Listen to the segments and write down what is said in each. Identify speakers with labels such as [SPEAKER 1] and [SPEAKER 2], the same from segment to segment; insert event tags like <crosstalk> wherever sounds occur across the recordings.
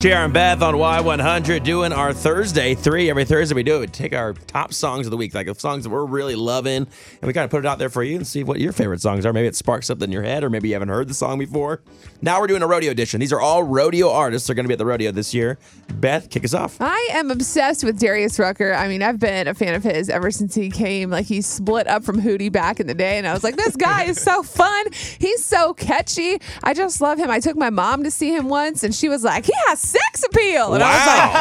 [SPEAKER 1] TR and Beth on Y100 doing our Thursday three. Every Thursday we do it. We take our top songs of the week, like the songs that we're really loving, and we kind of put it out there for you and see what your favorite songs are. Maybe it sparks something in your head, or maybe you haven't heard the song before. Now we're doing a rodeo edition. These are all rodeo artists. They're going to be at the rodeo this year. Beth, kick us off.
[SPEAKER 2] I am obsessed with Darius Rucker. I mean, I've been a fan of his ever since he came. Like he split up from Hootie back in the day, and I was like, this guy is so fun. He's so catchy. I just love him. I took my mom to see him once, and she was like, he has sex appeal. And I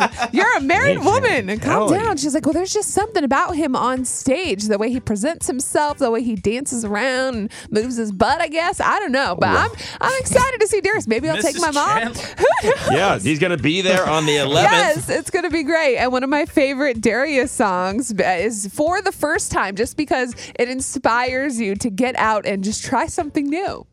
[SPEAKER 2] was like, <laughs> Mom, you're a married woman. Calm
[SPEAKER 1] telling
[SPEAKER 2] down. She's like, well, there's just something about him on stage. The way he presents himself, the way he dances around and moves his butt. I guess I don't know, but I'm I'm excited to see Darius. Maybe I'll take
[SPEAKER 3] Mrs.
[SPEAKER 2] my mom.
[SPEAKER 3] Chandler.
[SPEAKER 1] <laughs> Yeah, he's going to be there <laughs> on the 11th.
[SPEAKER 2] Yes, it's going to be great. And one of my favorite Darius songs uh, is for the first time, just because it inspires you to get out and just try something new.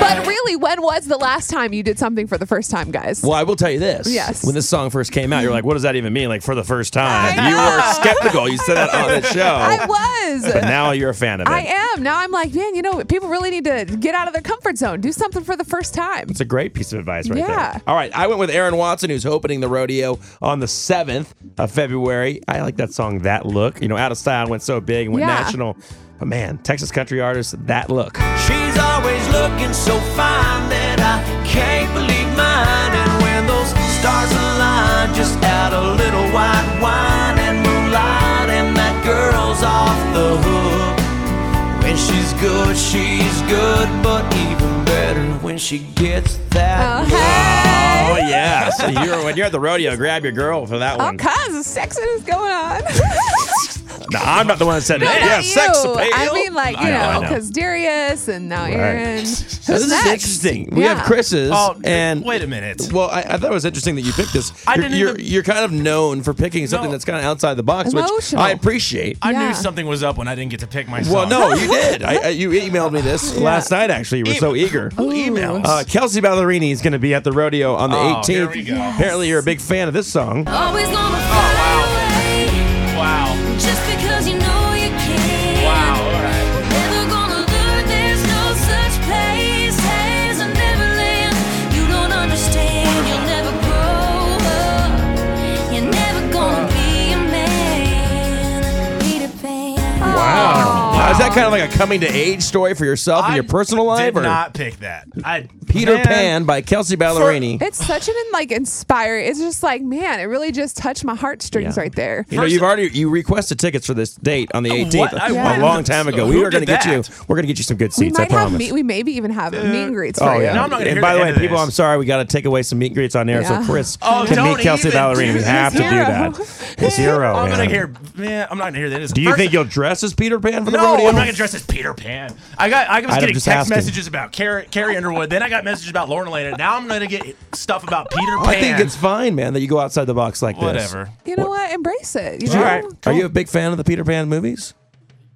[SPEAKER 2] But really, when was the last time you did something for the first time, guys?
[SPEAKER 1] Well, I will tell you this.
[SPEAKER 2] Yes.
[SPEAKER 1] When this song first came out, you're like, what does that even mean? Like, for the first time.
[SPEAKER 2] I
[SPEAKER 1] You
[SPEAKER 2] know.
[SPEAKER 1] were skeptical. You said that on the show.
[SPEAKER 2] <laughs> I was.
[SPEAKER 1] <laughs> But now you're a fan of it.
[SPEAKER 2] I am. Now I'm like, man, you know, people really need to get out of their comfort zone, do something for the first time.
[SPEAKER 1] It's a great piece of advice right
[SPEAKER 2] Yeah.
[SPEAKER 1] there. All right, I went with Aaron Watson, who's opening the rodeo on the 7th of February. I like that song, That Look. You know, Out of Style went so big and went
[SPEAKER 2] Yeah.
[SPEAKER 1] national. But man, Texas country artist, That Look.
[SPEAKER 4] She's always looking so fine that I can't believe mine. And when those stars align, just add a little white wine and moonlight, and that girl's off the hook. When she's good, she's good, but even better when she gets that.
[SPEAKER 2] Oh, hey.
[SPEAKER 1] Oh, yeah.
[SPEAKER 2] <laughs>
[SPEAKER 1] So you're, when you're at the rodeo, grab your girl for that
[SPEAKER 2] All
[SPEAKER 1] one.
[SPEAKER 2] kinds of sexiness going on. <laughs>
[SPEAKER 1] No, I'm not the one that said it.
[SPEAKER 2] Not
[SPEAKER 1] Yeah,
[SPEAKER 2] you.
[SPEAKER 1] sex appeal.
[SPEAKER 2] I mean, like, you
[SPEAKER 1] I know, I
[SPEAKER 2] know,
[SPEAKER 1] know.
[SPEAKER 2] because Darius and
[SPEAKER 1] <laughs>
[SPEAKER 2] now Aaron. Who's
[SPEAKER 1] So this
[SPEAKER 2] next?
[SPEAKER 1] is interesting. We
[SPEAKER 2] Yeah.
[SPEAKER 1] have Chris's
[SPEAKER 3] Oh,
[SPEAKER 1] and
[SPEAKER 3] wait a minute.
[SPEAKER 1] Well, I, I thought it was interesting that you picked this.
[SPEAKER 3] I
[SPEAKER 1] you're,
[SPEAKER 3] didn't
[SPEAKER 1] you're,
[SPEAKER 3] even-
[SPEAKER 1] you're kind of known for picking something
[SPEAKER 3] No.
[SPEAKER 1] that's kind of outside the box, which
[SPEAKER 2] Emotional.
[SPEAKER 1] I appreciate.
[SPEAKER 3] I
[SPEAKER 2] Yeah.
[SPEAKER 3] knew something was up when I didn't get to pick my
[SPEAKER 1] well,
[SPEAKER 3] song.
[SPEAKER 1] no, you did. I, I, you emailed me this last night. Actually, you were so eager.
[SPEAKER 3] Who emails?
[SPEAKER 1] Uh, Kelsey Ballerini is going to be at the rodeo on the
[SPEAKER 3] Oh,
[SPEAKER 1] 18th.
[SPEAKER 3] here we go. Yes.
[SPEAKER 1] Apparently, you're a big fan of this song.
[SPEAKER 5] Always gonna fly away
[SPEAKER 3] wow.
[SPEAKER 5] just because you know you can.
[SPEAKER 3] Wow. All right.
[SPEAKER 5] Never gonna learn there's no such place as a Neverland. You don't understand. You'll never grow up. You're never gonna be a man. Peter Pan.
[SPEAKER 1] Wow. Is that kind of like a coming to age story for yourself in
[SPEAKER 3] I
[SPEAKER 1] your personal life?
[SPEAKER 3] Did
[SPEAKER 1] or
[SPEAKER 3] not pick that. I
[SPEAKER 1] Peter
[SPEAKER 3] man,
[SPEAKER 1] Pan by Kelsey Ballerini.
[SPEAKER 2] It's such an like inspiring. It's just like, man, it really just touched my heartstrings
[SPEAKER 1] Yeah.
[SPEAKER 2] right there.
[SPEAKER 1] You know,
[SPEAKER 3] First-
[SPEAKER 1] you've already you requested tickets for this date on the 18th
[SPEAKER 3] I
[SPEAKER 1] a
[SPEAKER 3] wanted
[SPEAKER 1] long
[SPEAKER 3] to-
[SPEAKER 1] time ago.
[SPEAKER 3] who
[SPEAKER 1] we are going
[SPEAKER 3] did
[SPEAKER 1] to get you.
[SPEAKER 3] that?
[SPEAKER 1] We're going to get you some good
[SPEAKER 2] We
[SPEAKER 1] seats. I
[SPEAKER 2] might have
[SPEAKER 1] promise.
[SPEAKER 2] meet. We maybe even have meet and greets for
[SPEAKER 1] oh
[SPEAKER 2] you.
[SPEAKER 1] yeah.
[SPEAKER 3] Now I'm not gonna
[SPEAKER 1] and
[SPEAKER 3] hear
[SPEAKER 1] by
[SPEAKER 3] the
[SPEAKER 1] the way,
[SPEAKER 3] end of
[SPEAKER 1] people,
[SPEAKER 3] this.
[SPEAKER 1] I'm sorry we got to take away some meet and greets on air.
[SPEAKER 2] Yeah.
[SPEAKER 1] So Chris
[SPEAKER 3] Oh,
[SPEAKER 1] can
[SPEAKER 3] don't
[SPEAKER 1] meet Kelsey
[SPEAKER 3] even
[SPEAKER 1] Ballerini.
[SPEAKER 3] do
[SPEAKER 1] We have to do
[SPEAKER 2] this.
[SPEAKER 1] that. It's hero.
[SPEAKER 3] I'm
[SPEAKER 1] man.
[SPEAKER 3] gonna hear. Man, I'm not gonna hear that. It's
[SPEAKER 1] Do you
[SPEAKER 3] first-
[SPEAKER 1] think you'll dress as Peter Pan for the
[SPEAKER 3] No,
[SPEAKER 1] rodeo?
[SPEAKER 3] I'm not gonna dress as Peter Pan. I got. I was
[SPEAKER 1] I'm
[SPEAKER 3] getting
[SPEAKER 1] just
[SPEAKER 3] text
[SPEAKER 1] asking.
[SPEAKER 3] messages about Carrie, Carrie Underwood. Then I got messages about Lauren Elena. Now I'm gonna get stuff about Peter Pan.
[SPEAKER 1] I think it's fine, man, that you go outside the box like this.
[SPEAKER 3] whatever.
[SPEAKER 2] You know what? Embrace it. You
[SPEAKER 1] All
[SPEAKER 2] know?
[SPEAKER 1] right. Are you a big fan of the Peter Pan movies?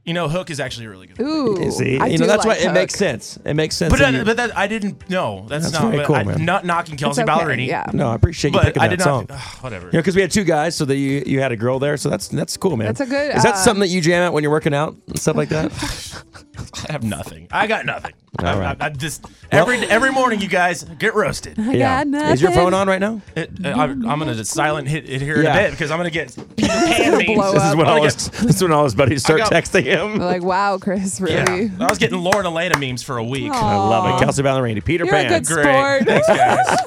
[SPEAKER 3] You know, Hook is actually a really good.
[SPEAKER 2] Ooh,
[SPEAKER 1] See,
[SPEAKER 2] I
[SPEAKER 1] you
[SPEAKER 2] do
[SPEAKER 1] know that's
[SPEAKER 2] like
[SPEAKER 1] why it makes
[SPEAKER 2] Hook.
[SPEAKER 1] sense. It makes sense.
[SPEAKER 3] But,
[SPEAKER 1] that
[SPEAKER 3] that,
[SPEAKER 1] you-
[SPEAKER 3] but that I didn't. No, that's,
[SPEAKER 1] That's
[SPEAKER 3] not.
[SPEAKER 1] very
[SPEAKER 3] but
[SPEAKER 1] cool,
[SPEAKER 3] I,
[SPEAKER 1] man.
[SPEAKER 3] Not knocking
[SPEAKER 2] It's
[SPEAKER 3] Kelsey
[SPEAKER 2] okay.
[SPEAKER 3] Ballerini.
[SPEAKER 2] Yeah.
[SPEAKER 1] no, I appreciate you
[SPEAKER 3] But
[SPEAKER 1] picking
[SPEAKER 3] I
[SPEAKER 1] that
[SPEAKER 3] did
[SPEAKER 1] song.
[SPEAKER 3] not. ugh, <sighs> whatever.
[SPEAKER 1] Yeah, because we had two guys, so that you you had a girl there, so that's that's cool, man.
[SPEAKER 2] That's a good,
[SPEAKER 1] Is that
[SPEAKER 2] uh,
[SPEAKER 1] something that you jam out when you're working out and stuff like that?
[SPEAKER 3] <laughs> I have nothing. I got nothing.
[SPEAKER 1] All
[SPEAKER 3] I,
[SPEAKER 1] right.
[SPEAKER 3] I, I just every every morning, you guys get
[SPEAKER 2] <laughs>
[SPEAKER 3] roasted.
[SPEAKER 2] I got nothing.
[SPEAKER 1] Is your phone on right now?
[SPEAKER 3] It, uh, I, I'm
[SPEAKER 2] Mm-hmm.
[SPEAKER 3] gonna just silent hit it here in
[SPEAKER 1] Yeah.
[SPEAKER 3] a bit because I'm gonna get Peter Pan memes.
[SPEAKER 2] <laughs> blow up. This is
[SPEAKER 1] Oh,
[SPEAKER 3] I'm gonna get-
[SPEAKER 1] this is when all his buddies start
[SPEAKER 3] got-
[SPEAKER 1] texting him.
[SPEAKER 2] <laughs> Like, wow, Chris, really?
[SPEAKER 3] Yeah, I was getting Lauren Elena memes for a week.
[SPEAKER 2] Aw.
[SPEAKER 1] I love it. Kelsey Ballerini, Peter
[SPEAKER 2] You're a
[SPEAKER 1] Pan.
[SPEAKER 2] good
[SPEAKER 3] Great.
[SPEAKER 2] sport. <laughs>
[SPEAKER 3] Thanks, guys.